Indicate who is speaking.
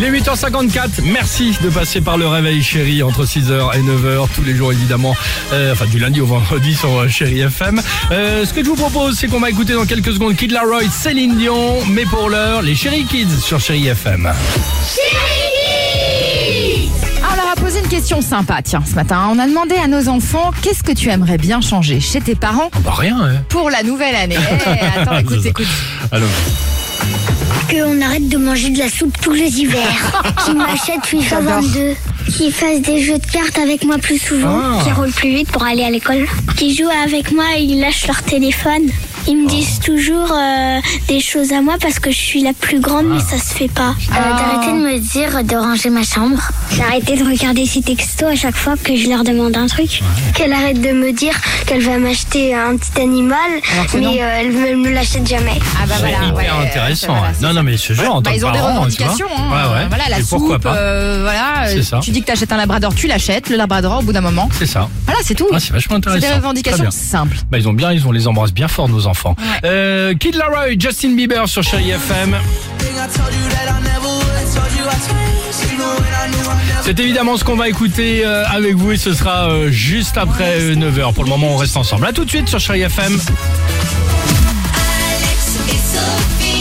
Speaker 1: 8h54, merci de passer par le réveil chéri entre 6h et 9h tous les jours évidemment, euh, enfin du lundi au vendredi sur euh, chéri FM. Euh, ce que je vous propose c'est qu'on va écouter dans quelques secondes Kid Laroi, Céline Dion, mais pour l'heure les chéri kids sur chéri FM.
Speaker 2: Ah, on leur a posé une question sympa, tiens, ce matin. On a demandé à nos enfants qu'est-ce que tu aimerais bien changer chez tes parents
Speaker 1: Bah rien hein
Speaker 2: pour la nouvelle année. Eh, attends,
Speaker 1: Ah, C'est
Speaker 2: écoute,
Speaker 1: ça.
Speaker 2: écoute. Ah,
Speaker 1: Alors,
Speaker 3: Qu'on arrête de manger de la soupe tous les hivers. Qui m'achète FIFA
Speaker 2: J'adore.
Speaker 3: 22. Qui fasse des jeux de cartes avec moi plus souvent.
Speaker 1: Ah.
Speaker 3: Qui roule plus vite pour aller à l'école. Qui joue avec moi et ils lâchent leur téléphone. Ils
Speaker 2: Oh.
Speaker 3: me disent toujours euh, des choses à moi parce que je suis la plus grande, mais
Speaker 2: Ah.
Speaker 3: ça se fait pas.
Speaker 2: Euh,
Speaker 3: Euh, D'arrêter de me dire de ranger ma chambre. D'arrêter de regarder ses textos à chaque fois que je leur demande un truc. Qu'elle arrête de me dire qu'elle va m'acheter un petit animal,
Speaker 2: Alors que non.
Speaker 3: mais euh, elle ne me l'achète jamais.
Speaker 2: Ah bah
Speaker 1: c'est
Speaker 2: voilà.
Speaker 1: hyper
Speaker 2: ouais,
Speaker 1: intéressant.
Speaker 2: voilà,
Speaker 1: hein.
Speaker 2: c'est
Speaker 1: non,
Speaker 2: ça.
Speaker 1: non, mais ce genre, en
Speaker 2: Bah,
Speaker 1: tant que
Speaker 2: ils ont des
Speaker 1: parent, tu vois.
Speaker 2: revendications. hein.
Speaker 1: Ouais, ouais.
Speaker 2: Voilà, la
Speaker 1: Et
Speaker 2: soupe,
Speaker 1: pourquoi pas
Speaker 2: euh, voilà.
Speaker 1: C'est
Speaker 2: euh,
Speaker 1: ça.
Speaker 2: Tu dis que t'achètes un labrador, tu l'achètes. Le labrador, au bout d'un moment.
Speaker 1: C'est ça.
Speaker 2: Voilà, c'est tout.
Speaker 1: Ah, c'est vachement
Speaker 2: c'est des
Speaker 1: intéressant. Très
Speaker 2: revendications
Speaker 1: bien.
Speaker 2: simples.
Speaker 1: Bah, ils ont bien, ils ont les embrasse bien fort, nos enfants. Euh, Kid Laroi, Justin Bieber sur Chéri FM.
Speaker 4: thing I told you that I never would. Told you I'd change, even when I knew I never.
Speaker 1: C'est évidemment ce qu'on va écouter euh, avec vous et ce sera euh, juste après 9h. Pour le moment, on reste ensemble. À tout de suite sur Chéri FM.
Speaker 4: Alex et Sophie.